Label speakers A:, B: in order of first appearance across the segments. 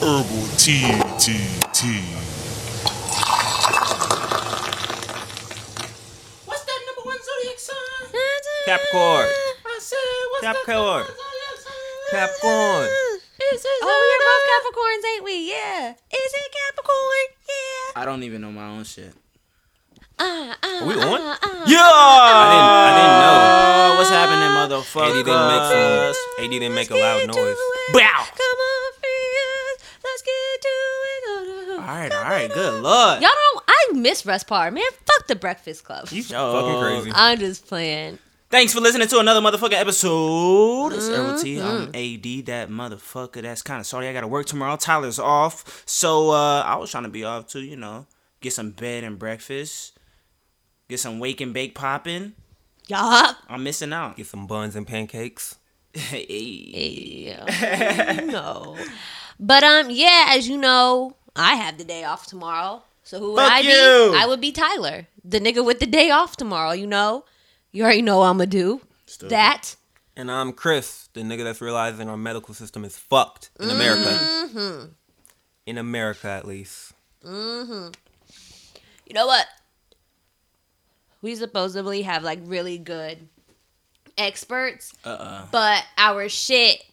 A: verbal TTT.
B: What's that number one zodiac sign?
C: Capricorn.
B: I said, what's that
C: Capricorn.
B: number one zodiac sign?
C: Capricorn.
B: It's a
D: Oh, we are both Capricorns, ain't we? Yeah. Is it Capricorn?
E: I don't even know my own shit.
D: Yeah. Uh, uh,
C: Are we on?
D: Uh, uh.
C: Yeah. Uh,
E: I didn't.
C: I
E: I didn't know. What's
D: Oh,
E: happening, motherfucker?
C: Eddie didn't make some. Eddie didn't make a loud
D: Let's get to
C: noise.
D: it.
C: Bow.
D: Come on, friends. Let's get to it.
E: All right, all right. Good lord.
D: Y'all don't. I miss Rest Par, man. Fuck the Breakfast Club.
C: You
E: Yo.
C: fucking crazy.
D: I'm just playing.
E: Thanks for listening to another motherfucking episode. It's Errol T.
D: Mm-hmm.
E: I'm AD, that motherfucker. That's kind of sorry. I got to work tomorrow. Tyler's off. So uh, I was trying to be off too, you know. Get some bed and breakfast. Get some wake and bake popping.
D: Yup.
E: I'm missing out.
C: Get some buns and pancakes.
E: Hey.
D: Yeah. no. But um, yeah, as you know, I have the day off tomorrow. So who would
E: Fuck
D: I
E: you.
D: be? I would be Tyler, the nigga with the day off tomorrow. You know, you already know I'ma do that.
C: And I'm Chris, the nigga that's realizing our medical system is fucked in America.
D: Mm-hmm.
C: In America, at least.
D: You know what? We supposedly have like really good experts,
E: Uh-uh.
D: but our shit.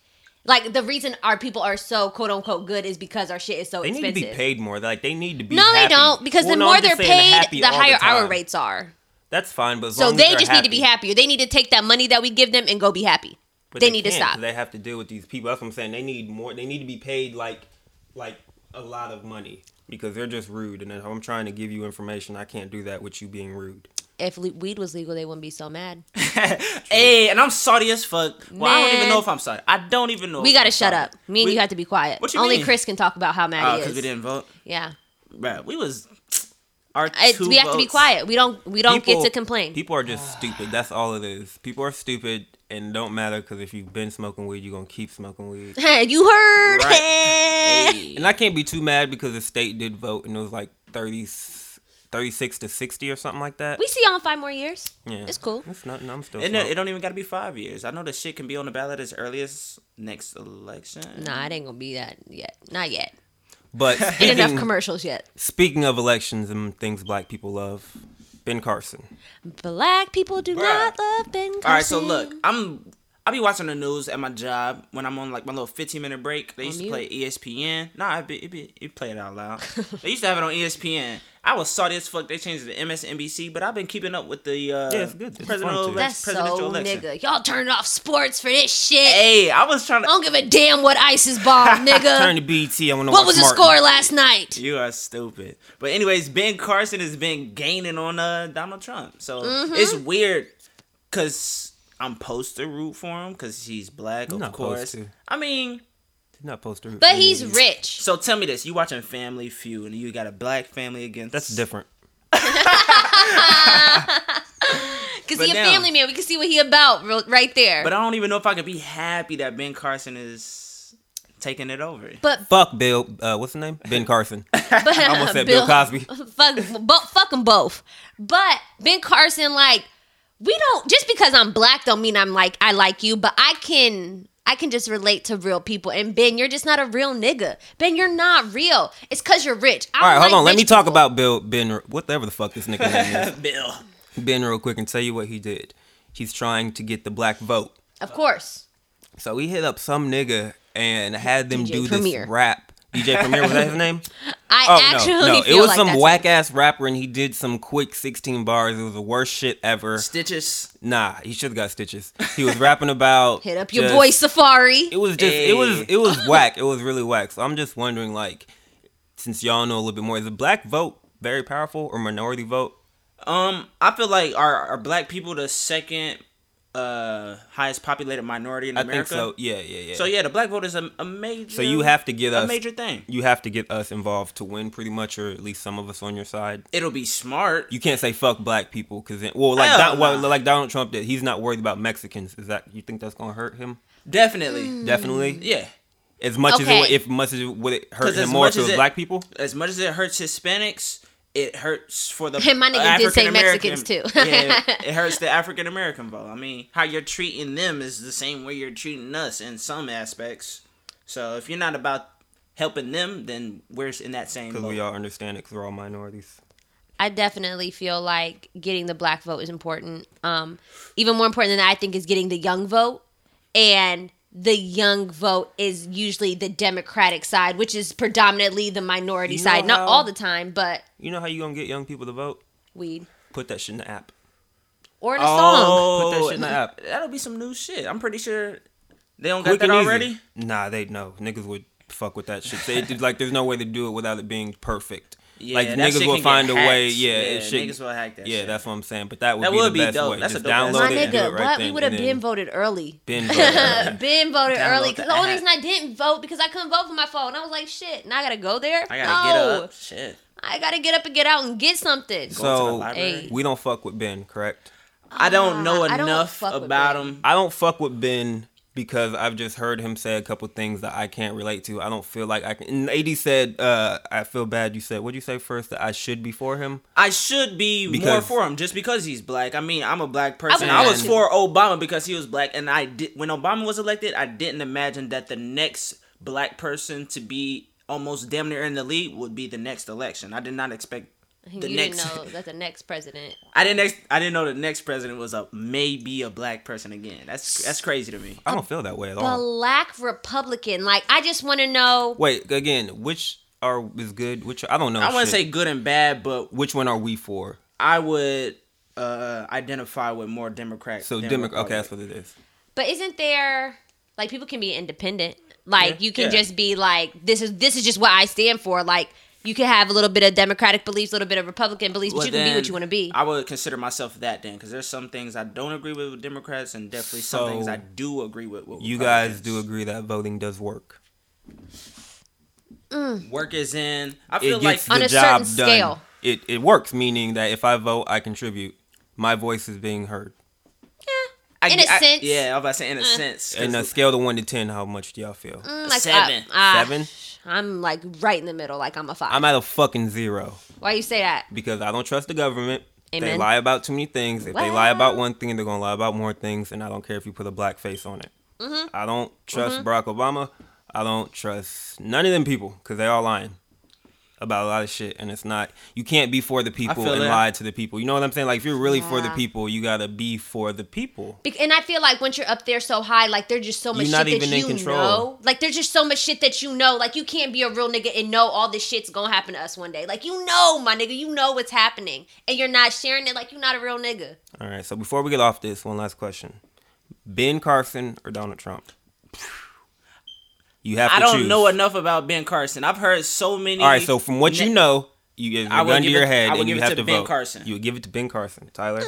D: Like the reason our people are so quote unquote good is because our shit is so
C: They need
D: expensive.
C: to be paid more. Like they need to be.
D: no,
C: happy.
D: they don't because
C: Well,
D: the
C: no,
D: more
C: I'm
D: they're
C: just saying
D: paid,
C: happy
D: the
C: all
D: higher hour
C: time.
D: rates are.
C: That's fine, but as
D: So
C: long as
D: they
C: they're
D: just need to be happy. They need to take that money that we give them and go be happy.
C: But
D: They, need to
C: can't, 'cause
D: stop.
C: They have to deal with these people. That's what I'm saying. They need more. They need to be paid like, like a lot of money because they're just rude. And if I'm trying to give you information, I can't do that with you being rude.
D: if le- weed was legal, they wouldn't be so mad.
E: Hey, and I'm sorry as fuck. Well, I don't even
D: Man.
E: know if I'm sorry. I don't even know.
D: We
E: if
D: gotta
E: I'm
D: shut
E: sorry.
D: up. Me and
E: We-
D: you have to be quiet.
E: What you
D: Only
E: mean?
D: Chris can talk about how mad
E: Oh,
D: he is.
E: because we didn't vote.
D: Yeah,
E: Bruh, we was our
D: It's-
E: two
D: we have to be
E: votes.
D: quiet. We don't. We don't get to complain.
C: People are just stupid. That's all it is. People are stupid and don't matter because if you've been smoking weed, you're gonna keep smoking weed.
D: you heard?
E: Right.
C: And I can't be too mad because the state did vote and it was like 30, 36 to 60 or something like that.
D: We see y'all in five more years.
C: yeah.
D: It's cool.
C: It's nothing. I'm still
E: It, don't- it
C: smoking.
E: don't even gotta be five years. I know the shit can be on the ballot as early as next election.
D: Nah, it ain't gonna be that yet. Not yet.
C: But
D: Ain't enough
C: speaking-
D: commercials yet.
C: Speaking of elections and things black people love, Ben Carson.
D: Black people do not love Ben Carson.
E: All right, so look, I'm I be watching the news at my job when I'm on like my little 15 minute break. They used to
D: mute?
E: play E ESPN. Nah, it be it, be, it play it out loud. they used to have it on E ESPN. I was sorry as fuck. They changed it to MSNBC, but I've been keeping up with the uh,
C: Yeah, it's good. It's
E: presidential,
C: fun, too.
D: That's
E: presidential
D: so
E: election.
D: nigga. Oh, Y'all turn off sports for this shit.
E: Hey, I was trying
D: I
E: to.
D: don't give a damn what ISIS bombed,
C: Turn
D: nigga.
C: to BT. I want to
D: What was the score last night?
E: You are stupid. But anyways, Ben Carson has been gaining on uh Donald Trump. So it's weird cuz I'm supposed to root for him cuz he's black, of
C: not supposed
E: course.
C: to.
E: I mean,
C: Not supposed to.
D: But he's rich.
E: so tell me this, you watching Family Feud and you got a black family against
C: That's different.
D: Because
E: but
D: he a
E: now-
D: family man. We can see what he about real- right there.
E: But
D: But,
E: I don't even know if I can be happy that Ben Carson is taking it over.
C: Fuck Bill. Uh, what's his name? Ben Carson.
D: but
C: I almost said Bill, Cosby.
D: Fuck, bo- fuck 'em both. But Ben Carson, like, we don't, just because I'm black don't mean I'm like, I like you, but I can. I can just relate to real people. And Ben, you're just not a real nigga. Ben, you're not real. It's cause you're rich. I
C: All right,
D: don't
C: hold
D: like
C: on. Let
D: rich
C: me talk
D: people.
C: about Bill Ben, whatever the fuck this nigga name
E: Bill.
C: is. Ben, real quick, and tell you what he did. He's trying to get the black vote.
D: Of course.
C: So he hit up some nigga and had them
D: DJ
C: do
D: Premier.
C: this rap. DJ Premier was that his name?
D: I
C: Oh
D: actually
C: no, no!
D: feel
C: It was
D: like
C: some
D: that's-
C: whack ass rapper, and he did some quick sixteen bars. It was the worst shit ever.
E: Stitches.
C: Nah, he should have got stitches. He was rapping about
D: Hit up your
C: just-
D: boy Safari.
C: It was just it was
E: Hey.
C: it was whack. It was really whack. So I'm just wondering, like, since y'all know a little bit more, is the black vote very powerful or minority vote?
E: Um, I feel like are are black people the second uh highest populated minority in
C: I
E: America?
C: think so. Yeah, yeah, yeah.
E: So yeah, the black vote is a, a major.
C: So you have to get
E: a
C: us.
E: major thing.
C: You have to get us involved to win, pretty much, or at least some of us on your side.
E: It'll be smart.
C: You can't say fuck black people because well, like
E: Hell
C: Don, well,
E: nah.
C: like Donald Trump did. He's not worried about Mexicans. Is that you think that's gonna hurt him?
E: Definitely.
D: Mm.
C: Definitely.
E: Yeah.
C: As much as it
D: Okay.
C: would, if much as it would it hurt
E: 'Cause
C: him
E: as
C: more
E: much
C: if it
E: as
C: was
E: it-
C: black people?
E: As much as it hurts Hispanics, it hurts for the
D: And my nigga did say
E: African-American-
D: Mexicans, too.
E: yeah, it hurts the African American vote. I mean, how you're treating them is the same way you're treating us in some aspects. So if you're not about helping them, then we're in that same
C: Because
E: boat.
C: we all understand it because we're all minorities.
D: I definitely feel like getting the black vote is important. Um, even more important than that, I think is getting the young vote, and the young vote is usually the Democratic side, which is predominantly the minority
C: You know
D: side. Not
C: how-
D: all the time, but
C: You know how you gonna get young people to vote?
D: weed
C: Put that shit in the app.
D: or in a song.
E: Oh,
C: Put that shit in the app.
E: That'll be some new shit. I'm pretty sure they don't
C: Quick
E: got that
C: and easy.
E: already.
C: Nah, they know niggas would fuck with that shit. They like there's no way to do it without it being perfect.
E: Yeah,
C: like
E: that
C: niggas
E: shit can
C: will
E: get
C: find a way.
E: hacked.
C: Yeah,
E: Yeah,
C: it shit-
E: niggas will hack that
C: Yeah,
E: shit.
C: that's what I'm saying. But that would
E: That
C: be
E: would
C: the
E: be
C: best
E: dope.
C: way.
E: That's a
C: Just
E: dope ass
C: download
D: My
E: vote
C: it and do
D: nigga,
C: it right
D: what
C: then,
D: we would have
C: and
D: been
C: then
D: voted early.
C: been voted.
D: Been voted
E: Download
D: early because the only
E: the
D: reason
E: app.
D: I didn't vote because I couldn't vote for my phone. I was like, shit, now I gotta go there.
E: I gotta
D: no,
E: get up. Shit.
D: I gotta get up and get out and get something.
E: Go to the
C: So-
E: library.
D: Hey.
C: We don't fuck with Ben, correct?
E: I don't know
D: I don't
E: enough
D: fuck with
E: about
D: Brady.
E: him.
C: I don't fuck with Ben because I've just heard him say a couple things that I can't relate to. I don't feel like I can. And AD said, uh, "I feel bad." You said, "What'd you say first? That I should be for him."
E: I should be more
C: Because-
E: for him just because he's black. I mean, I'm a black person.
D: would
E: I,
D: want
E: was
D: to.
E: for Obama because he was black, and I did when Obama was elected. I didn't imagine that the next black person to be almost damn near in the lead would be the next election. I did not expect the
D: you
E: next.
D: didn't know that the next president.
E: I didn't. Ex- I didn't know the next president was a maybe a black person again. That's that's crazy to me.
D: Uh,
C: I don't feel that way at
E: Oh.
C: all.
D: Black Republican. Like, I just want to know.
C: Wait, again, which are is good? Which I don't know.
E: I wouldn't
C: Oh, shit.
E: say good and bad, but
C: which one are we for?
E: I would uh identify with more Democrat.
C: So
E: than
C: Democrat. Okay,
E: Republican.
C: that's what it is.
D: But isn't there like people can be independent? Like
E: Yeah.
D: you can
E: Yeah.
D: just be like this is this is just what I stand for. Like you can have a little bit of Democratic beliefs, a little bit of Republican beliefs, but
E: Well,
D: you can be
E: then
D: what you want to be.
E: I would consider myself that then, because there's some things I don't agree with with Democrats, and definitely some
C: So,
E: things I do agree with. with
C: You guys
E: Republicans.
C: do agree that voting does work.
E: Work is in. I feel
C: It
E: like
C: gets
D: On
C: the
D: a
C: job
D: certain
C: done.
D: scale.
C: It it works, meaning that if I vote, I contribute. My voice is being heard.
E: I,
D: in a
E: I-
D: sense. Uh.
E: yeah, I was about to say in a sense. 'cause
C: And a scale of one to ten, how much do y'all feel?
D: Mm,
E: seven.
D: I, I,
C: Seven?
D: I'm like right in the middle. Like I'm a 5
C: I'm at a fucking zero
D: Why you say that?
C: because I don't trust the government. They
D: Amen.
C: lie about too many things. If they lie about
D: Wow.
C: one thing, they're gonna lie about more things. And I don't care if you put a black face on it.
E: Mm-hmm.
C: I don't trust Barack Obama. I don't trust none of them people because they all lying about a lot of shit. And it's not you can't be for the people
E: feel
C: and
E: that.
C: lie to the people. You know what I'm saying? Like if you're really for the
D: Yeah.
C: people, you gotta be for the people.
D: Bec- and I feel like once you're up there so high, like there's just so much
C: You're not
D: shit
C: even
D: that
C: in
D: you
C: control.
D: know. Like there's just so much shit that you know. Like you can't be a real nigga and know all this shit's gonna happen to us one day. Like you know, my nigga, you know what's happening, and you're not sharing it. Like you're not a real nigga.
C: All right. So before we get off this, one last question: Ben Carson or Donald Trump? You have to
E: I don't
C: choose.
E: know enough about Ben Carson. I've heard so many.
C: All right, so from what you
E: ne-
C: know, you
E: I
C: gun
E: would
C: to
E: give
C: your
E: it-
C: head
E: I would
C: and
E: give
C: you
E: it
C: have
E: to
C: to,
E: Ben
C: vote.
E: Carson.
C: You would give it to Ben Carson, Tyler.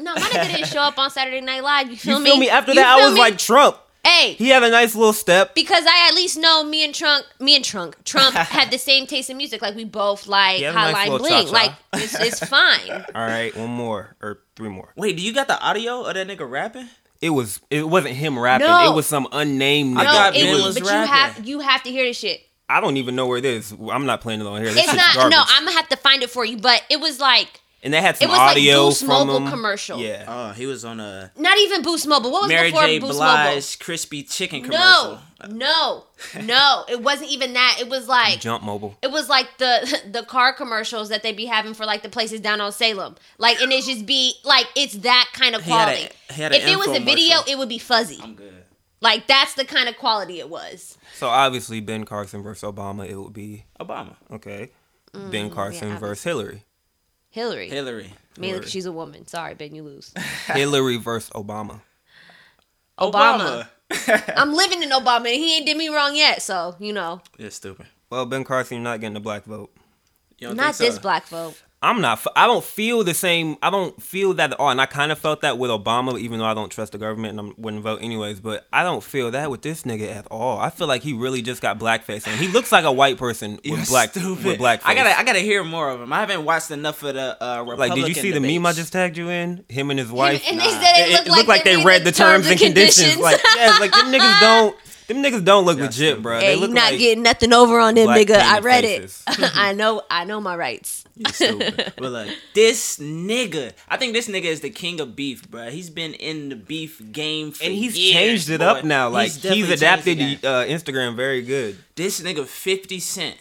D: No, my nigga didn't show up on Saturday Night Live. You Mm. feel
C: you
D: me?
C: feel me? After
D: You
C: that, I
D: feel
C: was
D: me?
C: like Trump.
D: hey,
C: He had a nice little step.
D: because I at least know me and Trump, me and Trunk, Trump had the same taste in music. Like we both like
C: He has a nice
D: Hotline
C: little
D: Bling.
C: cha-cha.
D: Like it's, it's fine.
C: All right, one more or three more.
E: Wait, do you got the audio of that nigga rapping?
C: It was it wasn't him rapping.
D: No.
C: It was some unnamed nigga.
E: I
D: No,
E: thought
D: it,
E: Ben
D: was,
E: was
D: but you
E: rapping.
D: have you have to hear this shit.
C: I don't even know where it is. I'm not playing it on here. This
D: It's
C: shit's
D: not.
C: garbage.
D: No, I'm gonna have to find it for you. But it was like
C: and they had some
D: was like
C: audio
D: Deuce
C: from
D: Mobile
C: him.
D: commercial.
C: Yeah.
E: Oh, he was on a
D: not even Boost Mobile. What was
E: Mary
D: before
E: J.
D: Boost Mobile?
E: Blige crispy chicken commercial.
D: No, no, no. It wasn't even that. It was like
C: Jump mobile.
D: it was like the the car commercials that they be having for like the places down on Salem. Like and it's just be like it's that kind of
E: He had a-
D: quality.
E: he had a
D: if it was a video,
E: infomercial.
D: it would be fuzzy.
E: I'm good.
D: Like that's the kind of quality it was.
C: So obviously Ben Carson versus Obama, it would be
E: Obama,
C: okay. ben Carson
D: Mm, yeah,
C: versus Hillary.
D: Hillary. Hillary.
E: Hillary.
D: Mainly 'cause she's a woman. Sorry, Ben, you lose.
C: Hillary versus Obama.
D: Obama. I'm living in Obama and he ain't did me wrong yet, so you know.
E: It's stupid.
C: Well, Ben Carson, you're not getting the black vote.
E: You don't
D: Not
E: think so?
D: this black vote.
C: I'm not. I don't feel the same. I don't feel that at all. And I kind of felt that with Obama, even though I don't trust the government and I wouldn't vote anyways. But I don't feel that with this nigga at all. I feel like he really just got blackface, and he looks like a white person with
E: You're
C: black
E: stupid.
C: with blackface.
E: I gotta, I gotta hear more of him. I haven't watched enough of the uh, Republican.
C: like, did you see the meme I just tagged you in? Him and his wife.
D: and
C: Nah.
D: they said it looked like they read the terms and conditions.
C: like, yes, like them niggas don't. Them niggas don't look legit, bro. They
D: Hey, you
C: look
D: not
C: like
D: getting nothing over on them,
C: black
D: nigga.
C: painted
D: I read
C: faces.
D: it. I know. I know my rights.
E: You stupid. but look, this nigga, I think this nigga is the king of beef, bruh. He's been in the beef game for
C: and he's
E: years,
C: changed it
E: boy.
C: up now. Like
E: He's
C: he's,
E: definitely changed
C: adapted
E: it up.
C: uh, Instagram very good.
E: This nigga Fifty Cent,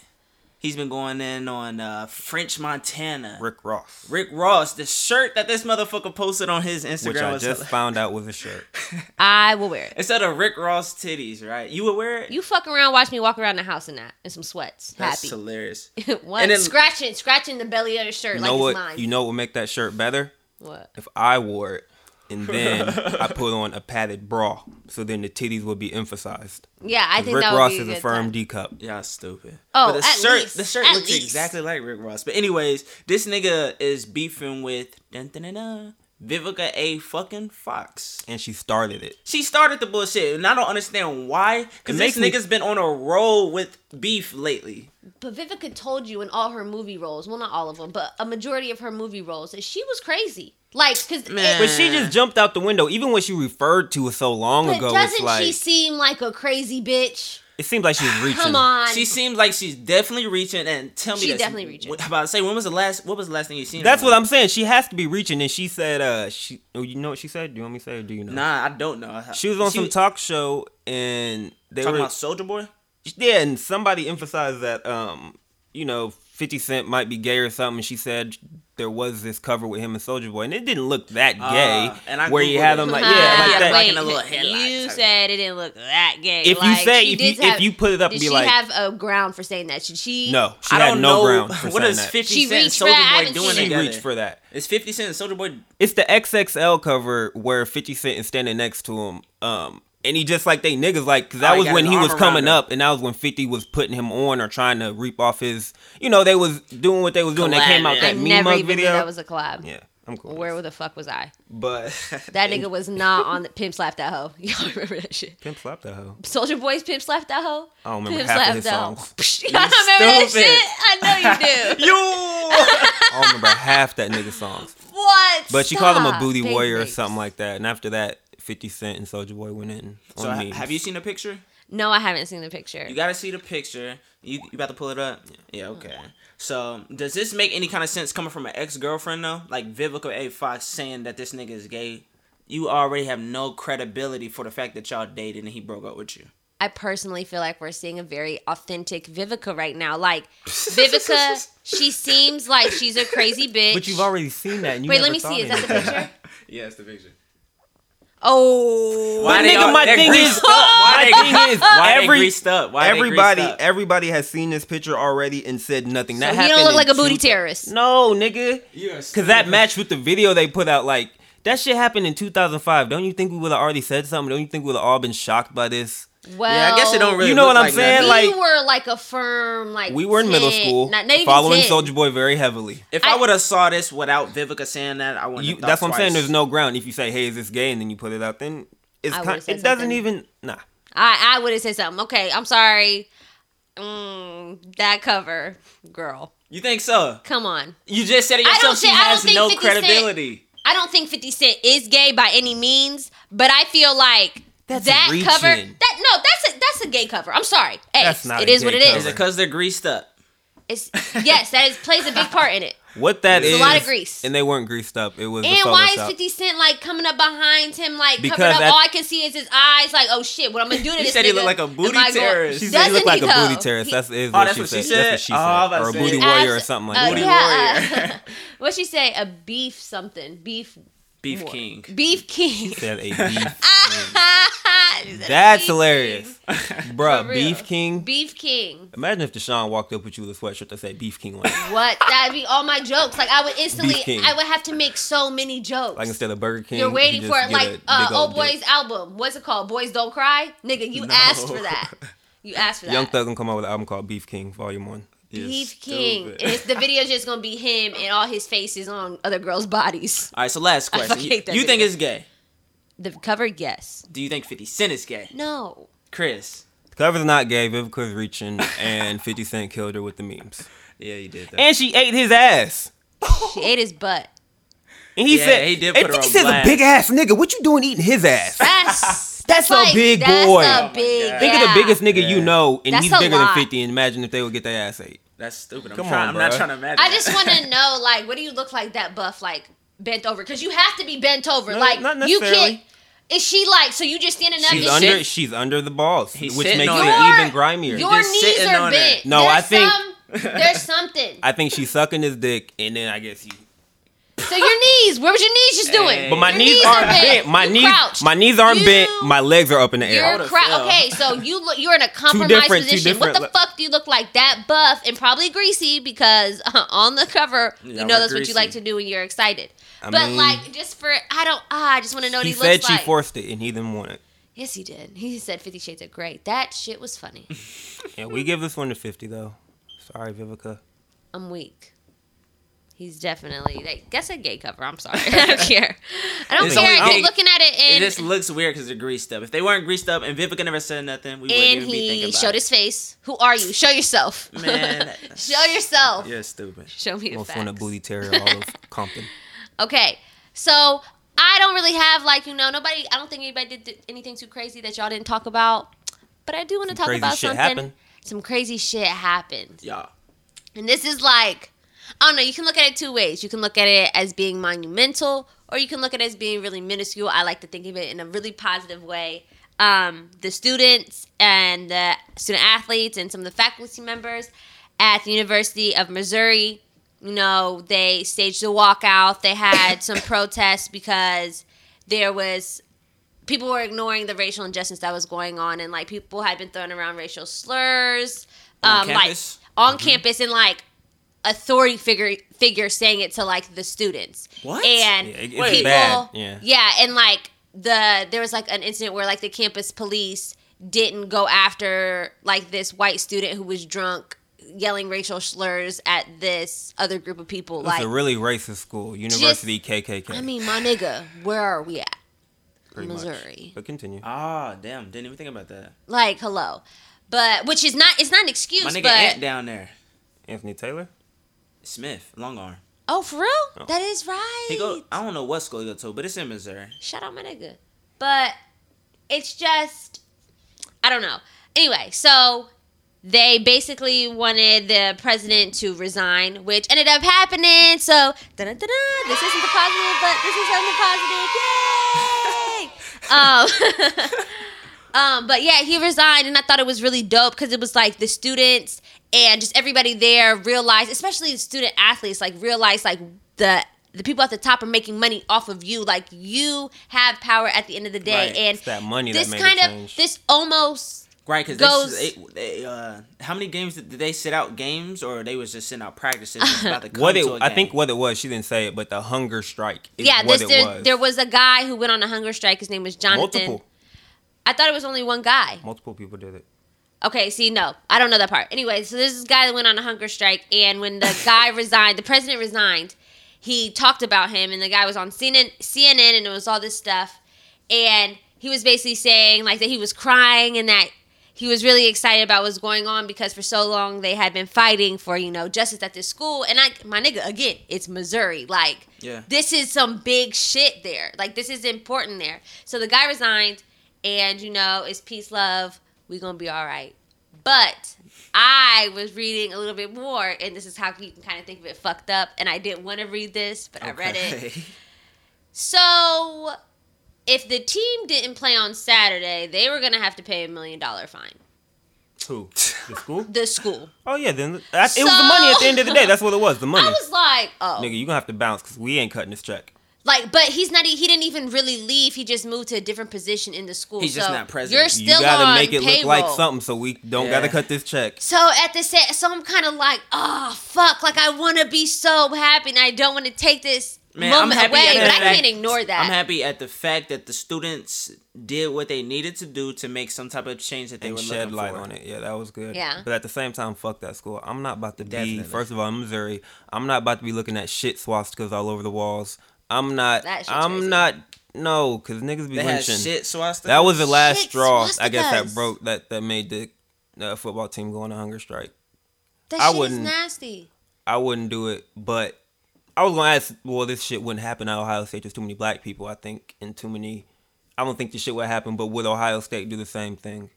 E: he's been going in on uh, French Montana. Rick,
C: Rick Ross,
E: Ross, the shirt that this motherfucker posted on his Instagram
C: which I
E: was
C: just found out was a shirt.
D: I will wear it.
E: instead of Rick Ross titties, right? You would wear it.
D: You fuck around, watch me walk around the house in that, in some sweats,
E: That's
D: happy.
E: hilarious.
D: what?
E: And then-
D: scratching, scratching the belly of the shirt
C: You
D: like
C: know
D: it's
C: what?
D: mine.
C: You know what would make that shirt better?
D: what?
C: If I wore it and then I put on a padded bra, so then the titties would be emphasized.
D: Yeah, I think
C: Rick
D: that would
C: Ross
D: be a
C: is a
D: good
C: firm
D: time.
C: D cup.
E: Y'all stupid.
D: Oh,
E: the
D: at
E: shirt
D: least.
E: the shirt
D: At
E: looks
D: least.
E: exactly like Rick Ross. But anyways, this nigga is beefing with dun, dun, dun, dun, Vivica A fucking Fox.
C: And she started it.
E: She started the bullshit, and I don't understand why. Cause
C: It
E: this
C: makes me-
E: nigga's been on a roll with beef lately.
D: But Vivica told you in all her movie roles, well, not all of them, but a majority of her movie roles, that she was crazy. Like, because
E: Man.
C: But she just jumped out the window. Even when she referred to it so long
D: but
C: ago, it's
D: doesn't
C: like
D: she seem like a crazy bitch?
C: it seems like she was reaching.
D: Come on.
E: She seems like she's definitely reaching, and tell me
D: She
E: this.
D: definitely reaching.
E: What, about to say when was the last? What was the last thing you seen? her
C: That's
E: on?
C: what I'm saying. She has to be reaching, and she said, "Uh, she, oh, you know what she said? Do you want me to say? Or do you know?"
E: Nah, I don't know.
C: She was on some talk show, and they
E: talking
C: were
E: about Soldier Boy.
C: yeah, and somebody emphasized that um, you know, Fifty Cent might be gay or something. She said there was this cover with him and Soldier Boy, and it didn't look that gay.
E: Ah, and I
C: where you
E: Googled
C: had
E: it.
C: him like yeah,
E: Ah,
C: like that.
E: like in
D: Wait,
E: a little headlight
D: you
E: type.
D: said it didn't look that gay.
C: If you
D: Like,
C: say-
D: she
C: if
D: did
C: you- if you put it up
D: did
C: and be
D: she
C: like-
D: have a ground for saying that? Should she?
C: no, she
E: I
C: had
E: don't
C: no
E: know
C: ground for
E: what
C: saying
E: is
C: that.
E: Fifty
D: She
E: Cent
D: reached for
E: Soldier
D: that. I
E: Boy
D: haven't
E: doing
D: seen it.
C: She
E: together?
C: reached for that.
E: It's Fifty Cent and Soldier Boy.
C: It's the XXL cover where 50 Cent is standing next to him. Um, and he just like they niggas like
E: Oh,
C: cause that
E: he
C: was
E: got
C: when
E: his
C: he
E: arm
C: was
E: around
C: coming
E: him.
C: up and that was when 50 was putting him on or trying to reap off his you know they was doing what they was doing. They came out
E: Collabing.
D: I
C: that meme
D: never
C: mug
D: even
C: video.
D: knew that was a collab.
C: yeah, I'm cool. with
D: Where
C: this.
D: the fuck was I?
C: but
D: That nigga was not on the Pimp Slap That Hoe. Y'all remember that shit?
C: Pimp slapped that hoe.
D: Soldier Boy's Pimp Slap That Hoe?
C: I don't remember
D: Pimp
C: half of
D: Slap
C: his
D: That Hoe.
C: songs.
D: Y'all don't remember
E: stupid.
D: that shit? I know you do.
E: You.
C: I don't remember half that nigga songs.
D: what?
C: But she called him a
D: Stop.
C: booty
D: Big
C: warrior or
D: babes.
C: something like that. And after that, 50 Cent and Soldier Boy went in. On
E: So ha-
C: memes.
E: have you seen the picture?
D: No, I haven't seen the picture.
E: You gotta see the picture. You you about to pull it up? Yeah, okay. So does this make any kind of sense coming from an ex girlfriend though? Like Vivica A Fox saying that this nigga is gay. You already have no credibility for the fact that y'all dated and he broke up with you.
D: I personally feel like we're seeing a very authentic Vivica right now. Like Vivica, she seems like she's a crazy bitch.
C: But you've already seen that. And you
D: Wait,
C: never
D: let me
C: thought
D: see. Is that the
C: anything.
D: picture?
E: Yeah, it's the picture.
D: Oh,
E: Why
C: But
E: they
C: nigga,
E: all-
C: my
E: they're
C: thing
E: greased
C: is,
E: up? Why
C: my
E: they
C: thing is,
E: Why
C: every-
E: they greased up? Why they greased
C: everybody,
E: up?
C: everybody has seen this picture already and said nothing.
D: So
C: That
D: he don't
C: happened
D: look like
C: in
D: a booty
C: 2000
D: terrorist.
C: No, nigga,
E: You are
C: because that matched with the video they put out. Like that shit happened in 2005. Don't you think we would have already said something? Don't you think we would have all been shocked by this?
D: Well,
E: yeah, I guess it don't really.
C: You know
E: look
C: what I'm
E: like
C: saying?
E: nothing.
D: We
C: like-
D: were like a firm like
C: We were in middle
D: 10
C: school,
D: not, not even
C: following
D: 10.
C: Soldier Boy very heavily.
E: if I,
D: I-
E: would have saw this without Vivica saying that, I wouldn't.
C: You,
E: have thought
C: that's what I'm saying.
E: twice.
C: There's no ground. If you say, "Hey, is this gay?" and then you put it out, then it's
D: I
C: kind,
D: would've
C: it
D: said
C: doesn't
D: something.
C: even nah.
D: I I would have said something. Okay, I'm sorry. Mm, that cover, girl.
E: You think so?
D: Come on.
E: You just said it
D: I don't
E: yourself. she
D: think- I don't
E: has
D: think
E: no
D: 50 Cent-
E: credibility.
D: I don't think 50 Cent is gay by any means, but I feel like
C: That's
D: that
C: reaching.
D: cover that no, that's a that's a gay cover. I'm sorry. Hey,
C: That's not
D: it
C: a
D: is
C: gay
D: what it is.
E: Is it
C: cover.
E: because they're greased up?
D: It's yes, that is plays a big part in it.
C: What that is,
D: There's a lot of grease.
C: and they weren't greased up. It was the
D: And why is
C: Photoshop.
D: 50 Cent like coming up behind him, like covered
C: Because
D: up?
C: that-
D: All I can see is his eyes, like, oh shit, what I'm gonna do to
E: You
D: this
E: said he
D: nigga?
E: looked like a
D: Am
E: booty
D: I going-
E: terrorist.
C: She
E: She
C: said you look like
D: Doesn't
C: a
D: he,
C: booty
D: though?
C: terrorist.
D: He-
C: That's, is
E: Oh,
C: what,
E: that's
C: she
E: what she
C: said. That's
E: said?
C: what she
E: Oh, I was
C: said.
E: about
C: or a
E: to
C: booty
E: say.
C: warrior or
D: Abs-
C: something like
D: uh,
C: that.
E: Booty
D: yeah,
E: warrior.
D: uh, what she say? A beef something. Beef.
E: Beef
D: war.
E: King.
D: Beef king.
C: Said a beef.
D: She said,
C: That's
D: "Beef king."
C: hilarious. Bruh,
D: For real.
C: Beef King.
D: Beef king.
C: Imagine if Deshaun walked up with you with a sweatshirt that said Beef King on it.
D: What? That'd be all my jokes. Like I would instantly,
C: Beef King.
D: I would have to make so many jokes.
C: Like instead of Burger King.
D: You're
C: you
D: waiting
C: just
D: for it,
C: get a
D: like
C: big
D: uh,
C: old
D: Old Boy's
C: dick.
D: album. What's it called? Boys Don't Cry, nigga. You
E: No.
D: asked for that. You asked for that.
C: Young Thug gonna come out with an album called Beef King Volume One.
D: Beef King. And it's, the video's just gonna be him and all his faces on other girls' bodies.
E: All right, so last
D: I fucking
E: question. You,
D: hate that
E: you think
D: nigga.
E: it's gay?
D: The cover, yes.
E: Do you think 50 Cent is gay?
D: No.
E: Chris.
C: The cover's not gay. Vivica's reaching, and 50 Cent killed her with the memes.
E: Yeah, he did that.
C: And she ate his ass.
D: She ate his butt.
C: And he
E: Yeah,
C: said,
E: he did put
C: and
E: her
C: 50
E: on
C: Cent's a
E: blast.
C: big ass nigga. What you doing eating his ass?
D: That's
C: That's
D: like,
C: a big
D: that's
C: boy. Oh
D: A big,
C: Think of
D: yeah.
C: the biggest nigga you know, and
D: That's
C: he's
D: a
C: bigger
D: lot.
C: than 50, and imagine if they would get their ass ate.
E: That's stupid. I'm,
C: Come
E: trying, I'm
C: on,
E: not
C: bruh.
E: trying to imagine.
D: I
E: that.
D: just want to know, like, what do you look like that buff, like bent over? Because you have to be bent over.
C: No,
D: like,
C: not
D: you
C: necessarily.
D: can't. Is she like? So you just standing up?
C: She's
D: and
C: under
D: shit?
C: she's under the balls,
E: He's
C: which
E: sitting
C: makes
E: on
C: it
E: it.
C: even grimier.
D: Your
E: Just
D: knees
E: sitting
D: are
E: on it.
D: bent.
C: No, I
D: there's
C: think-
D: some, there's something.
C: I think she's sucking his dick, and then I guess you.
D: so your knees. Where was your knees just doing?
C: But my
D: Your
C: knees, aren't bent. My
D: You
C: knees,
D: crouched.
C: my knees aren't
D: You-
C: bent. My legs are up in the air.
D: You're
E: would've
D: cra-
E: fell.
D: okay, so you look, you're in a compromised
C: different- two
D: position. What the
C: different-
D: fuck do you look like? That buff and probably greasy because uh, on the cover,
E: Yeah,
D: you know
E: we're
D: that's what
E: greasy.
D: you like to do when you're excited.
C: I
D: but
C: mean-
D: like, just for I don't, ah, I just want to know what
C: he
D: he,
C: said
D: looks
C: she
D: like.
C: forced it, and he didn't want it.
D: yes, he did. He said Fifty Shades of Grey. That shit was funny.
C: And we give this one to 50 though. Sorry, Vivica.
D: I'm weak. He's definitely like that's a gay cover. I'm sorry. I don't care. I don't
E: It's
D: care.
E: only
D: I
E: gay.
D: keep looking at it
E: It
D: and
E: just looks weird because they're greased up. If they weren't greased up and Vivica never said nothing, we wouldn't
D: and
E: even be thinking
D: he
E: about
D: showed
E: it.
D: his face. Who are you? Show yourself.
E: Man.
D: Show yourself.
E: You're stupid.
D: Show me the
C: Most want a
D: facts.
C: booty terror all of Compton.
D: Okay, so I don't really have like you know nobody. I don't think anybody did th- anything too crazy that y'all didn't talk about. But I do want to
C: Some
D: talk
C: crazy
D: about
C: shit
D: something.
C: happened.
D: Some crazy shit happened,
E: Y'all.
D: and this is like I don't know. You can look at it two ways. You can look at it as being monumental, or you can look at it as being really minuscule. I like to think of it in a really positive way. Um, the students and the student athletes and some of the faculty members at the University of Missouri you know, they staged a walkout. They had some protests because there was people were ignoring the racial injustice that was going on, and like people had been throwing around racial slurs,
E: On
D: um,
E: campus? Mm-hmm.
D: like on campus, and like authority figure figure saying it to like the students.
E: What?
D: And
C: Yeah, it- it's
D: people,
C: bad. Yeah.
D: and like the there was like an incident where like the campus police didn't go after like this white student who was drunk yelling racial slurs at this other group of people.
C: It's
D: Like,
C: a really racist school, University KKK.
D: I mean, my nigga, where are we at?
C: pretty much.
D: Missouri.
C: But continue.
E: Ah, damn. Didn't even think about that.
D: Like, hello. But which is not it's not an excuse,
E: My nigga
D: but
E: Ant down there.
C: Anthony Taylor.
E: Smith, long arm.
D: oh for real?
C: Oh.
D: That is right.
E: He go. I don't know what school he go to, but it's in Missouri.
D: Shout out my nigga. But it's just I don't know. Anyway, so they basically wanted the president to resign, which ended up happening. So dun dun dun this isn't the positive, but this is on the positive. Yay! um, um, but yeah, he resigned, and I thought it was really dope because it was like the students and just everybody there realized, especially the student athletes, like realized like the the people at the top are making money off of you. Like you have power at the end of the day,
E: Right.
D: and
C: It's that money
D: this
C: that made
D: kind
C: the
D: of
C: change.
D: this almost
E: Right, because
D: Goes-
E: they, they uh, how many games did, did they sit out games or they was just sitting out practices It's about to come
C: what it,
E: to a
C: I
E: game.
C: think what it was, she didn't say it, but the hunger strike is
D: yeah,
C: what
D: this,
C: it
D: there,
C: was.
D: there was a guy who went on a hunger strike. His name was Jonathan.
C: multiple,
D: I thought it was only one guy.
C: multiple people did it.
D: Okay, see, no, I don't know that part. Anyway, so there's this guy that went on a hunger strike, and when the guy resigned, the president resigned. He talked about him, and the guy was on CNN, CNN, and it was all this stuff, and he was basically saying like that he was crying and that he was really excited about what was going on because for so long they had been fighting for you know justice at this school, and I, my nigga, again, it's Missouri, like
E: Yeah.
D: this is some big shit there. Like this is important there. So the guy resigned, and you know it's peace, love. We gonna be all right. But I was reading a little bit more, and this is how you can kind of think of it fucked up. And I didn't want to read this, but I read it.
E: Okay.
D: So if the team didn't play on Saturday, they were gonna have to pay a million dollar fine.
C: Who? The school?
D: The school.
C: Oh yeah, then that, it was the money at the end of the day. That's what it was, the money.
D: I was like, oh,
C: Nigga, you gonna have to bounce because we ain't cutting this check.
D: Like, but he's not. He didn't even really leave. He just moved to a different position in the school.
E: He's just
D: So
E: not president.
D: You're
E: You
D: still
C: you gotta
D: on
C: make it
D: payroll.
C: look like something, so we don't
E: Yeah.
C: gotta cut this check.
D: So at the set, so I'm kind of like, oh fuck! Like I want to be so happy, and I don't want to take this
E: Man, I'm
D: moment
E: happy
D: away,
E: at the
D: but I
E: fact-
D: can't ignore that.
E: I'm happy at the fact that the students did what they needed to do to make some type of change that they
C: And
E: were
C: shed
E: looking
C: light
E: for.
C: on it. Yeah, that was good.
D: Yeah.
C: But at the same time, fuck that school. I'm not about to
E: Definitely.
C: be. First of all, I'm Missouri. I'm not about to be looking at shit swastikas all over the walls. I'm not.
D: That shit's
C: I'm
D: crazy.
C: not. No, because niggas be
E: They had
C: lynching.
E: shit swastika.
C: That was the last
D: Shit
C: straw. I guess
D: swastikas.
C: that broke that that made the uh, football team go on a hunger strike.
D: that
C: I
D: shit
C: wouldn't-
D: is nasty.
C: I wouldn't do it, but I was gonna ask. Well, this shit wouldn't happen at Ohio State. There's too many black people, I think, and too many. I don't think this shit would happen. But would Ohio State do the same thing?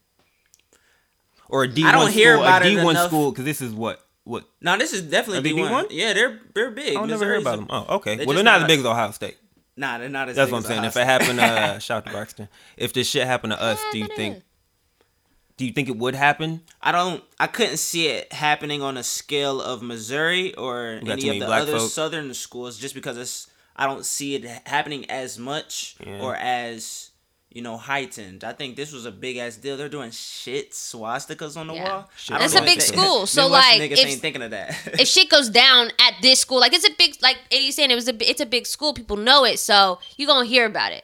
C: Or a D
E: I don't
C: one school?
E: hear about
C: a
E: it
C: D one
E: enough.
C: school? Because this is what what
E: Now this is
C: Are
E: definitely
C: they
E: D one.
C: D1?
E: Yeah, they're they're big.
C: I don't never hear
E: Missouri's
C: about
E: a-
C: them. Oh, okay.
E: They're
C: well, they're
E: just
C: not as
E: not-
C: big as Ohio State.
E: Nah, they're not as.
C: That's
E: big
C: what I'm
E: as
C: saying. If it
E: Ohio
C: happened, uh, shout out to Braxton. If this shit happened to us, do you think? Do you think it would happen?
E: I don't. I couldn't see it happening on a scale of Missouri or
C: got
E: any of
C: too many
E: the
C: black
E: other
C: folk.
E: southern schools, just because it's. I don't see it happening as much
C: Yeah.
E: or as you know heightened. I think this was a big ass deal. They're doing shit swastikas on the
D: Yeah.
E: wall.
C: Shit
E: I don't
C: It's
E: know
C: a
E: if
C: big
E: they-
D: school, so,
E: Midwest
D: like,
E: niggas
D: if-
E: ain't thinking of that.
D: if shit goes down at this school, like it's a big, like Eddie's saying, it was a, it's a big school. People know it, so you're gonna hear about it.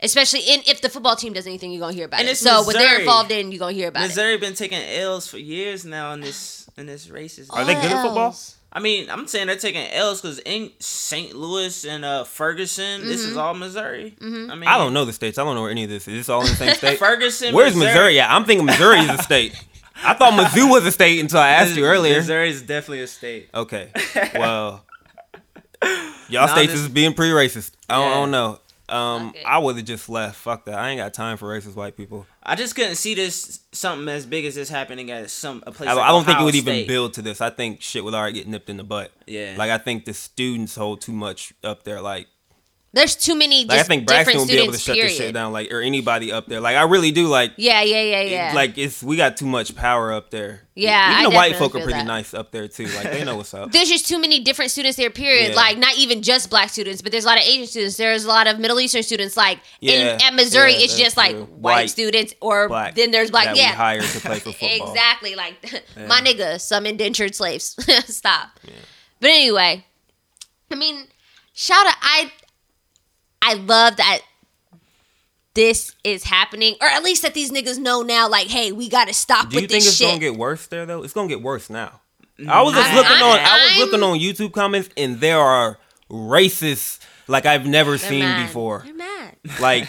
D: Especially in if the football team does anything, you're gonna hear about
E: And
D: it.
E: it's
D: So what they're
E: Missouri.
D: involved in, you're gonna hear about it.
E: Missouri been taking L's for years now in this in this racist.
C: Are they
D: What
C: good at football?
D: else?
E: I mean, I'm saying they're taking L's because in St. Louis and uh, Ferguson, this
D: Mm-hmm.
E: is all Missouri. I mean,
C: I don't know the states. I don't know where any of this is. It's all in the same state.
E: Ferguson.
C: Where's Missouri? at? I'm thinking Missouri is a state. I thought Mizzou was a state until I asked you earlier.
E: Missouri is definitely a state.
C: Okay. Well,
E: Nah,
C: y'all states
E: this-
C: is being pretty racist. I don't, I don't
E: Yeah.
C: know. Um,
D: Fuck it.
C: I would have just left. Fuck that. I ain't got time for racist white people.
E: I just couldn't see this something as big as this happening at some a place.
C: I,
E: like
C: I don't think it
E: Ohio
C: would even
E: State.
C: build to this. I think shit would already get nipped in the butt.
E: Yeah.
C: Like I think the students hold too much up there. Like
D: There's too many. Just
C: like I think Braxton
D: different
C: would be able to
D: students,
C: shut
D: period.
C: this shit down. Like or anybody up there. Like I really do. Like
D: Yeah, yeah, yeah,
C: it-
D: yeah.
C: like it's we got too much power up there.
D: Yeah,
C: Even
D: I
C: the white
D: definitely
C: folk are
D: feel
C: pretty
D: that.
C: nice up there too. Like they know what's up.
D: there's just too many different students there period
C: Yeah.
D: like not even just black students but there's a lot of asian students there's a lot of middle eastern students like in
C: Yeah,
D: at missouri
C: yeah,
D: it's
C: that's
D: just like
C: true.
D: white,
C: White,
D: students or
C: black
D: then there's black
C: that we
D: yeah
C: hired to play for football.
D: exactly like my nigga some indentured slaves stop but anyway i mean shout out i i love that this is happening or at least that these niggas know now like hey we gotta stop
C: Do you
D: with
C: think
D: this
C: it's
D: shit
C: gonna get worse there though? It's gonna get worse now. I was just
D: I-
C: looking
D: I-
C: on. I was
D: I'm-
C: looking on YouTube comments, and there are racists like I've never
D: They're
C: seen
D: mad.
C: before.
D: they're mad
C: Like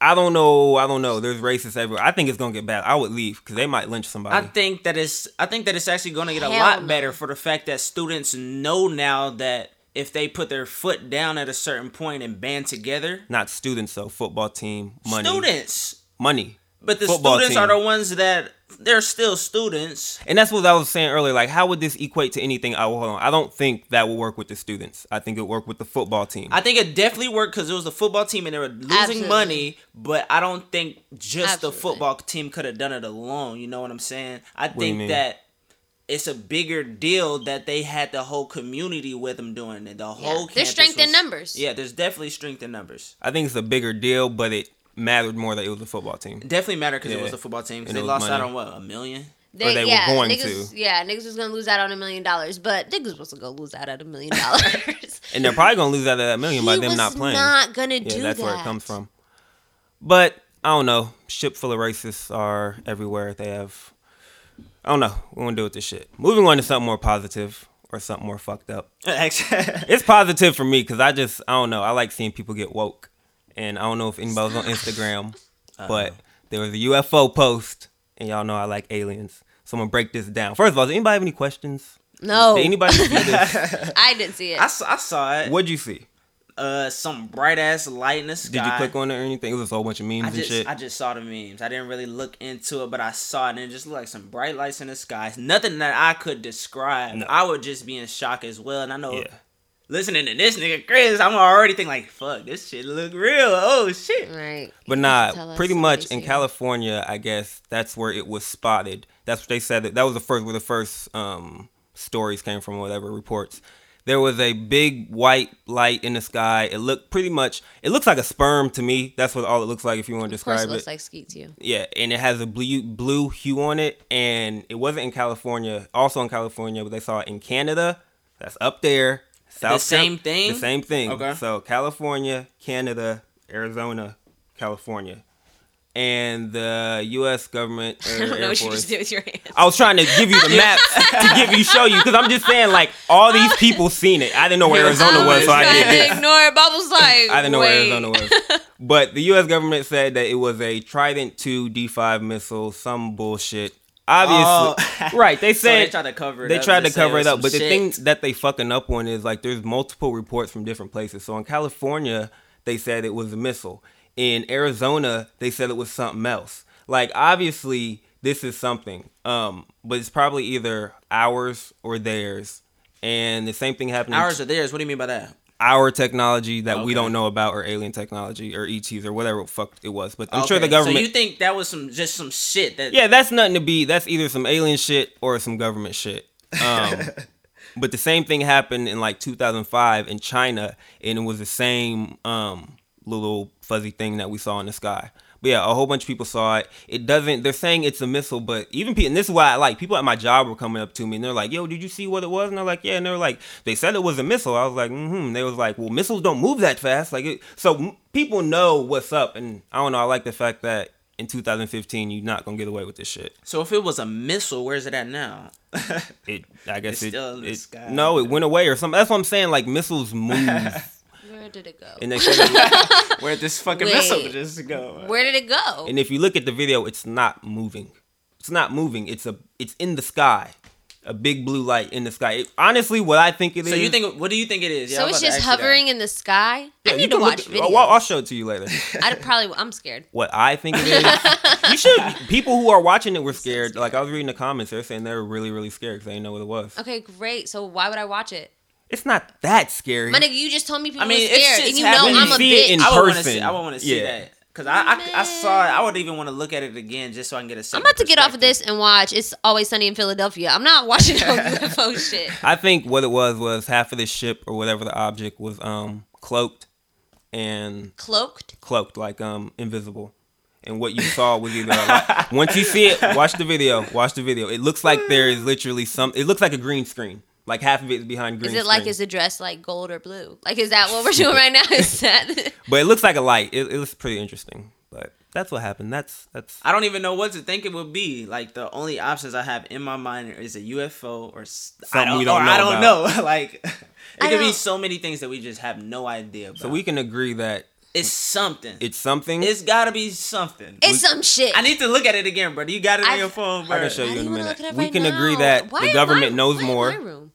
C: I don't know. I don't know. There's racists everywhere. I think it's gonna get bad. I would leave because they might lynch somebody.
E: I think that it's. I think that it's actually going to get a
D: Hell
E: lot
D: no.
E: better for the fact that students know now that if they put their foot down at a certain point and band together,
C: Not students though. Football team. Money.
E: students.
C: Money.
E: But the
C: Football
E: students
C: team.
E: are the ones that they're still students.
C: And that's what I was saying earlier. Like, how would this equate to anything? I hold on. I don't think that will work with the students. I think it would work with the football team.
E: I think it definitely worked because it was the football team and they were losing
D: Absolutely.
E: money. But I don't think just
D: Absolutely.
E: the football team could have done it alone. You know what I'm saying? I
C: do you
E: think
C: mean?
E: that it's a bigger deal that they had the whole community with them doing it. The whole
D: there's
E: campus
D: strength in
E: was-
D: numbers.
E: Yeah, there's definitely strength in numbers.
C: I think it's a bigger deal, but it mattered more that it was a football team.
E: It definitely matter because it
C: Yeah.
E: was the football team because
C: And
E: they
C: it was
E: lost out
C: money.
E: on what a million.
C: they were going
D: niggas,
C: to.
D: Yeah, niggas was gonna lose out on a million dollars, but niggas was gonna lose out at a million dollars.
C: And they're probably gonna lose out of that million by
D: He
C: them
D: was
C: not playing.
D: Not gonna
C: yeah,
D: do
C: that's
D: that.
C: where it comes from. But I don't know. Ship full of racists are everywhere. They have. I don't know. We won't do with this shit. Moving on to something more positive or something more fucked up.
E: Actually,
C: It's positive for me because I just I don't know. I like seeing people get woke, and I don't know if anybody's on Instagram, but there was a UFO post, and y'all know I like aliens. So I'm gonna break this down. First of all, does anybody have any
E: Oh.
C: questions?
D: No,
C: Did anybody see this?
D: I didn't see it.
E: I, saw- I saw it.
C: What'd you see?
E: Uh, some bright ass light in the sky.
C: Did you click on it or anything? It was a whole bunch of memes
E: I
C: and
E: just
C: shit.
E: I just saw the memes. I didn't really look into it, but I saw it and it just looked like some bright lights in the sky. Nothing that I could describe.
C: No.
E: I would just be in shock as well. And I know
C: yeah.
E: listening to this nigga Chris, I'm already thinking like, fuck, this shit look real. Oh shit.
D: right,
C: But
D: tell
C: nah,
D: us
C: pretty
D: what
C: much
D: they
C: in
D: see.
C: California, I guess that's where it was spotted. That's what they said. That, that was the first where the first um, stories came from, whatever reports. There was a big white light in the sky. It looked pretty much. It looks like a sperm to me. That's what all it looks like if you want to
D: of course,
C: describe
D: it looks
C: it.
D: like skeet to you.
C: Yeah, and it has a blue blue hue on it, and it wasn't in California. Also in California, but they saw it in Canada. That's up there. South
E: same thing?
C: The same thing.
E: Okay.
C: So California, Canada, Arizona, California, and the U.S. government.
D: I don't
C: Air,
D: know
C: Air
D: what you
C: Force.
D: just did with your hands.
C: I was trying to give you the maps to give you show you because I'm just saying like all these people seen it. I didn't know where Arizona
E: I
C: was, so I
D: trying
C: did this.
D: to ignore it. Bob was like,
C: I didn't know where
D: wait.
C: Arizona was. But the U.S. government said that it was a Trident 2 D5 missile, some bullshit. Obviously,
E: Oh.
C: right? They
E: So they
C: said
E: tried to cover it
C: they
E: up.
C: tried to
E: just say
C: cover it
E: was
C: up.
E: some
C: But the
E: shit.
C: thing that they fucking up on is like there's multiple reports from different places. So in California, they said it was a missile. In Arizona, they said it was something else. Like obviously, this is something, um, but it's probably either ours or theirs. And the same thing happened. in
E: Ours or theirs? What do you mean by that?
C: our technology that we
E: Okay.
C: don't know about or alien technology or ETs or whatever the fuck it was. But I'm
E: Okay,
C: sure the government.
E: So you think that was some just some shit that?
C: yeah, that's nothing to be. That's either some alien shit or some government shit. Um, but the same thing happened in like 2005 in China, and it was the same um, little fuzzy thing that we saw in the sky. But yeah, a whole bunch of people saw it. It doesn't. They're saying it's a missile, but even people, and this is why I like people at my job were coming up to me and they're like, "Yo, did you see what it was?" And they're like, "Yeah." And they're like, "They said it was a missile." I was like, "Hmm." They was like, "Well, missiles don't move that fast." Like, it, so m- people know what's up, and I don't know. I like the fact that in 2015, you're not gonna get away with this shit.
E: So if it was a missile, where's it at now?
C: It, I guess
E: It's
C: it.
E: still in the
C: it-
E: sky.
C: No, it went away or something. That's what I'm saying. Like missiles move.
D: Where did it go?
C: And they said,
E: Where this fucking
D: Wait.
E: missile just go?
D: Where did it go?
C: and if you look at the video, it's not moving. It's not moving. It's a it's in the sky. A big blue light in the sky. It- honestly, what I think it is.
E: So you think? What do you think it is? Yeah,
D: so
E: I'm
D: it's
E: about to
D: just
E: ask you that.
D: hovering in the sky.
C: Yeah,
D: I
C: you
D: need to
C: can look
D: watch
C: it-
D: video.
C: I'll, I'll show it to you later.
D: I'd probably. I'm scared.
C: What I think it is. you should. People who are watching it were scared. Like I was reading the comments, they're saying they were really really scared because they didn't know what it was.
D: Okay, great. So why would I watch it?
C: It's not that scary.
D: My nigga, you just told me people
E: I mean,
D: were
E: if
D: scared,
E: shit's
D: and you know
E: happening-
D: I'm a
C: See it
D: bitch.
C: in-
E: I would want to
C: person.
E: see. I would want to see
C: Yeah.
E: that because I, I I saw it. I would even want to look at it again just so I can get a.
D: I'm about to get off of this and watch. It's always sunny in Philadelphia. I'm not watching no UFO shit.
C: I think what it was was half of the ship or whatever the object was um cloaked and
D: Cloaked.
C: cloaked, like um invisible. And what you saw was either like, once you see it, watch the video. Watch the video. It looks like there is literally some. It looks like a green screen. Like half of it is behind green.
D: Is it like
C: screen.
D: is the dress like gold or blue? Like is that what we're doing right now? Is that
C: But it looks like a light. It, it looks pretty interesting. But that's what happened. That's that's.
E: I don't even know what to think it would be. Like the only options I have in my mind is a UFO or s- I
C: Something we don't
E: or
C: know
E: I don't
C: about.
E: know. like it
D: I
E: could be
D: don't-
E: so many things that we just have no idea. About.
C: So we can agree that
E: it's something.
C: it's something.
E: It's gotta be something.
D: it's some shit?
E: I need to look at it again, bro. You got it on
D: I-
E: your phone, bro.
C: I can show
D: Why
C: you
D: do
C: in a
D: wanna
C: minute.
D: look it up
C: We
D: right
C: can
D: now?
C: agree that
D: Why
C: the
D: in
C: government
D: my-
C: knows
D: why in
C: more.
D: my room?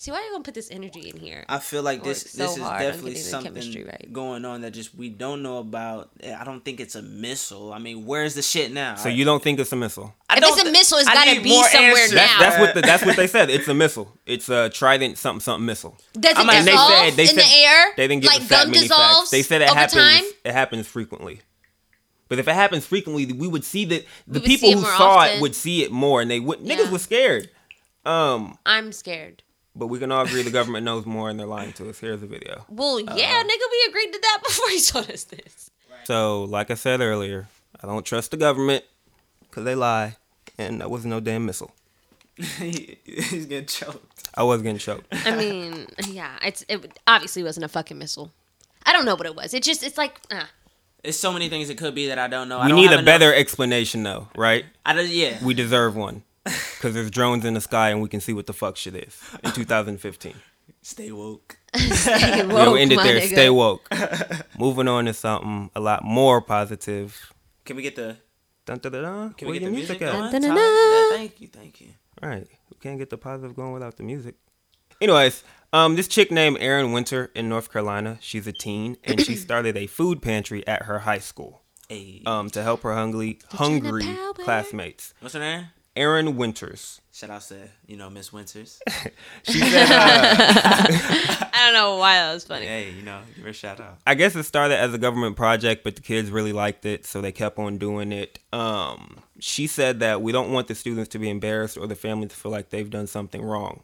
D: See, why are you gonna put this energy in here?
E: I feel like this
D: Worked so
E: this is
D: hard on
E: definitely
D: getting the
E: something
D: chemistry right.
E: going on that just we don't know about. I don't think it's a missile. I mean, where's the shit now?
C: so you don't think it's a missile?
E: I
D: If it's
E: don't
D: a
E: thi-
D: missile, it's
E: I
D: gotta
E: need
D: be
E: more
D: somewhere
E: answers.
D: now.
C: That's, that's what the, that's what they said. It's a missile. It's a Trident something something missile.
D: Does it
E: I'm like-
D: dissolve
E: And they
C: said- they
D: in the
C: said-
D: air?
C: They didn't give
D: like
C: us that
D: gum
C: many
D: dissolves
C: facts. They said it
D: over
C: happens.
D: time.
C: It happens frequently. But if it happens frequently, we would see that the
D: would see
C: people
D: it
C: who
D: more
C: saw it
D: often.
C: would see it more, and they would. Niggas
D: Yeah.
C: was scared. Um,
D: I'm scared.
C: but we can all agree the government knows more, and they're lying to us. Here's the video.
D: Well, yeah, nigga, we agreed to that before you told us this.
C: So, like I said earlier, I don't trust the government because they lie, and that was no damn missile.
E: He's getting choked.
C: I was getting choked.
D: I mean, yeah, it's it obviously wasn't a fucking missile. I don't know what it was. It just it's like uh,
E: It's so many things it could be that I don't know. I
C: We
E: don't
C: need
E: have
C: a
E: enough-
C: better explanation, though, right?
E: I don't, yeah.
C: We deserve one because there's drones in the sky, and we can see what the fuck shit is in 2015.
E: Stay woke.
D: stay woke,
C: we'll end it
D: my
C: there.
D: nigga.
C: Stay woke. Moving on to something a lot more positive.
E: Can we get the
C: Dun, dun, dun, dun.
E: can
C: Where
E: we get
C: your
E: the music?
C: at?
E: going?
D: Dun, dun,
E: Tyler?
D: dun.
E: Thank you, thank you.
C: Right. We can't get the positive going without the music. Anyways, um, this chick named Erin Winter in North Carolina. She's a teen, and she started a food pantry at her high school
E: Hey,
C: um, to help her hungry, hungry
D: power.
C: classmates.
E: what's her name?
C: Erin Winters.
E: Shout out to you know Miss Winters.
C: She said, uh,
D: I don't know why that was funny.
E: hey, you know, give her a shout out.
C: I guess it started as a government project, but the kids really liked it, so they kept on doing it. Um, she said that we don't want the students to be embarrassed or the family to feel like they've done something wrong.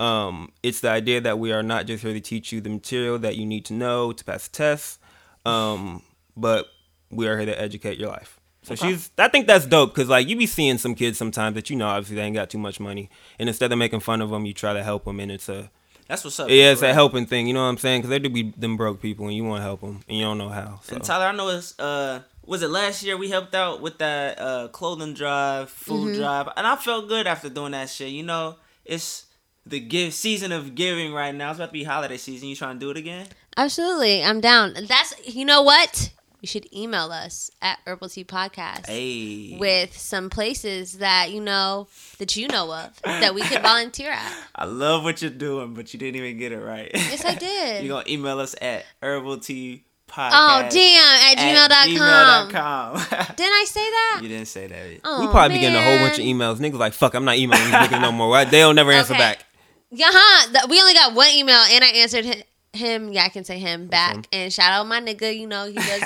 C: Um, it's the idea that we are not just here to teach you the material that you need to know to pass tests, um, but we are here to educate your life. So she's, I think that's dope because like you be seeing some kids sometimes that you know obviously they ain't got too much money, and instead of making fun of them, you try to help them, and it's a
E: That's what's up.
C: yeah, it's
E: bro.
C: a helping thing. You know what I'm saying? Because they do be them broke people, and you want to help them, and you don't know how. So
E: And Tyler, I know it's uh was it last year we helped out with that uh clothing drive, food drive, and I felt good after doing that shit. You know, it's the give season of giving right now. It's about to be holiday season. You trying to do it again?
D: Absolutely, I'm down. That's you know what you should email us at Herbal Tea Podcast.
E: Hey.
D: With some places that you know that you know of that we could volunteer at.
E: I love what you're doing, but you didn't even get it right.
D: Yes, I did.
E: You're gonna email us at herbalteapodcast podcast.
D: Oh, damn. At, gmail.com.
E: gmail.com.
D: Didn't I say that?
E: you didn't say that. Yet.
D: Oh,
C: We probably be getting a whole bunch of
D: man.
C: emails. Niggas like, fuck, I'm not emailing these niggas no more. Right? They'll never answer
D: Okay.
C: back.
D: Yeah, huh? Th- we only got one email, and I answered him. him yeah, I can say him back. And shout out my nigga. You know he was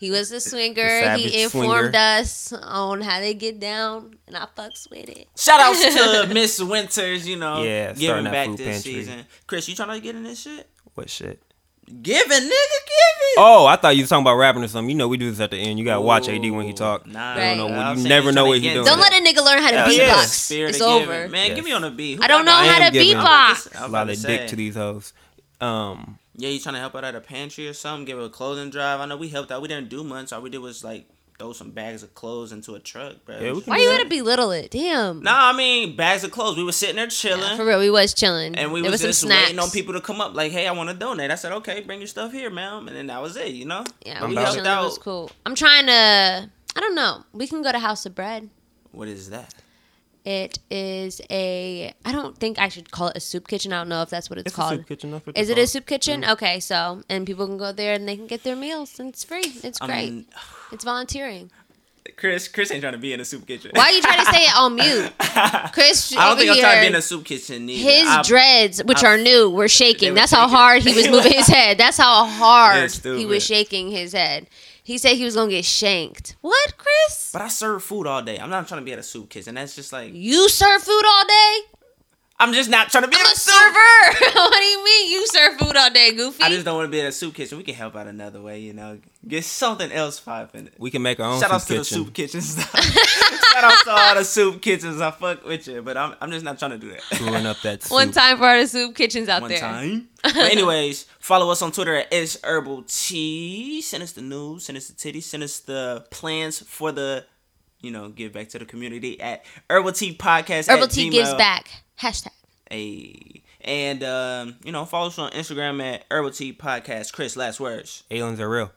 D: he was a swinger.
C: savage
D: He informed
C: swinger.
D: us on how they get down, and I fucks with it.
E: Shout outs to Miss Winters, you know,
C: Yeah,
E: giving
C: starting that
E: back
C: food
E: this
C: pantry.
E: season. Chris, you trying to get in this shit?
C: What shit?
E: Giving, nigga, giving.
C: Oh, I thought you was talking about rapping or something. You know, we do this at the end. You gotta watch AD when he talk.
E: Nah,
D: You don't know
E: nah,
D: what-
E: I'm
C: you
E: saying
C: never
E: he's
C: know
E: tryna
C: what he
E: get
C: doing.
E: in
D: Don't let a nigga learn how to
E: that.
C: yeah.
D: beatbox.
E: Spirit
D: It's
E: of giving.
D: over.
E: Man,
C: Yes.
E: give me on a beat. Who
D: I don't know
E: got
C: I
D: how
C: am
D: to
C: giving.
D: beatbox.
E: I
C: A
E: was
C: lot
E: about
C: of
E: to
C: dick
E: say.
C: to these hoes. Um,
E: Yeah, you trying to help out at a pantry or something? Give her a clothing drive. I know we helped out. We didn't do much. All we did was like throw some bags of clothes into a truck, bro.
C: Yeah, we can
D: Why you gotta belittle it? Damn.
E: Nah, I mean bags of clothes. We were sitting there chilling,
D: Yeah, for real, we was chilling.
E: and we
D: there
E: was,
D: was,
E: just
D: some snacks.
E: waiting on people to come up. Like, hey, I want to donate. I said, okay, bring your stuff here, ma'am, and then that was it. You know?
D: Yeah,
C: I'm
D: we
C: about
D: was
C: it.
D: chilling. It was cool. I'm trying to. I don't know. We can go to House of Bread.
E: What is that?
D: It is a. I don't think I should call it a soup kitchen. I don't know if that's what it's,
C: it's a
D: called.
C: soup kitchen. that's what
D: Is
C: they
D: it
C: call
D: a soup kitchen? Okay, so and people can go there and they can get their meals and it's free. It's great.
E: I mean,
D: it's volunteering.
E: Chris, Chris ain't trying to be in a soup kitchen.
D: Why you trying to say it on mute, Chris?
E: I don't
D: over
E: think I'm
D: here,
E: trying to be in a soup kitchen. Neither.
D: his
E: I-
D: dreads, which
E: I-
D: are new, were
E: They
D: shaking.
E: were
D: That's how
E: shaking.
D: hard he was moving his head. That's how hard
E: That's
D: he was
E: stupid.
D: shaking his head. He said he was gonna get shanked. What, Chris?
E: But I serve food all day. I'm not trying to be at a soup kitchen. That's just like
D: You serve food all day.
E: I'm just not trying to be
D: I'm
E: at
D: a server. what do you mean you serve food all day, Goofy?
E: I just don't want to be at a soup kitchen. We can help out another way, you know. Get something else popping.
C: We can make our own
E: Shout outs
C: soup
E: to the
C: kitchen.
E: soup kitchens. Shout outs to all the soup kitchens. I fuck with you, but I'm, I'm just not trying to do that.
C: Brewing up that soup.
D: One time for our soup kitchens out
E: One
D: there.
E: time. But anyways, follow us on Twitter at it's herbal tea. Send us the news. Send us the titties. Send us the plans for the, you know, give back to the community at herbal tea podcast.
D: Herbal
E: at
D: tea gives
E: gmail.
D: back. Hashtag.
E: Ayy. And um, you know, follow us on Instagram at herbal tea podcast. Chris, last words.
C: Aliens are real.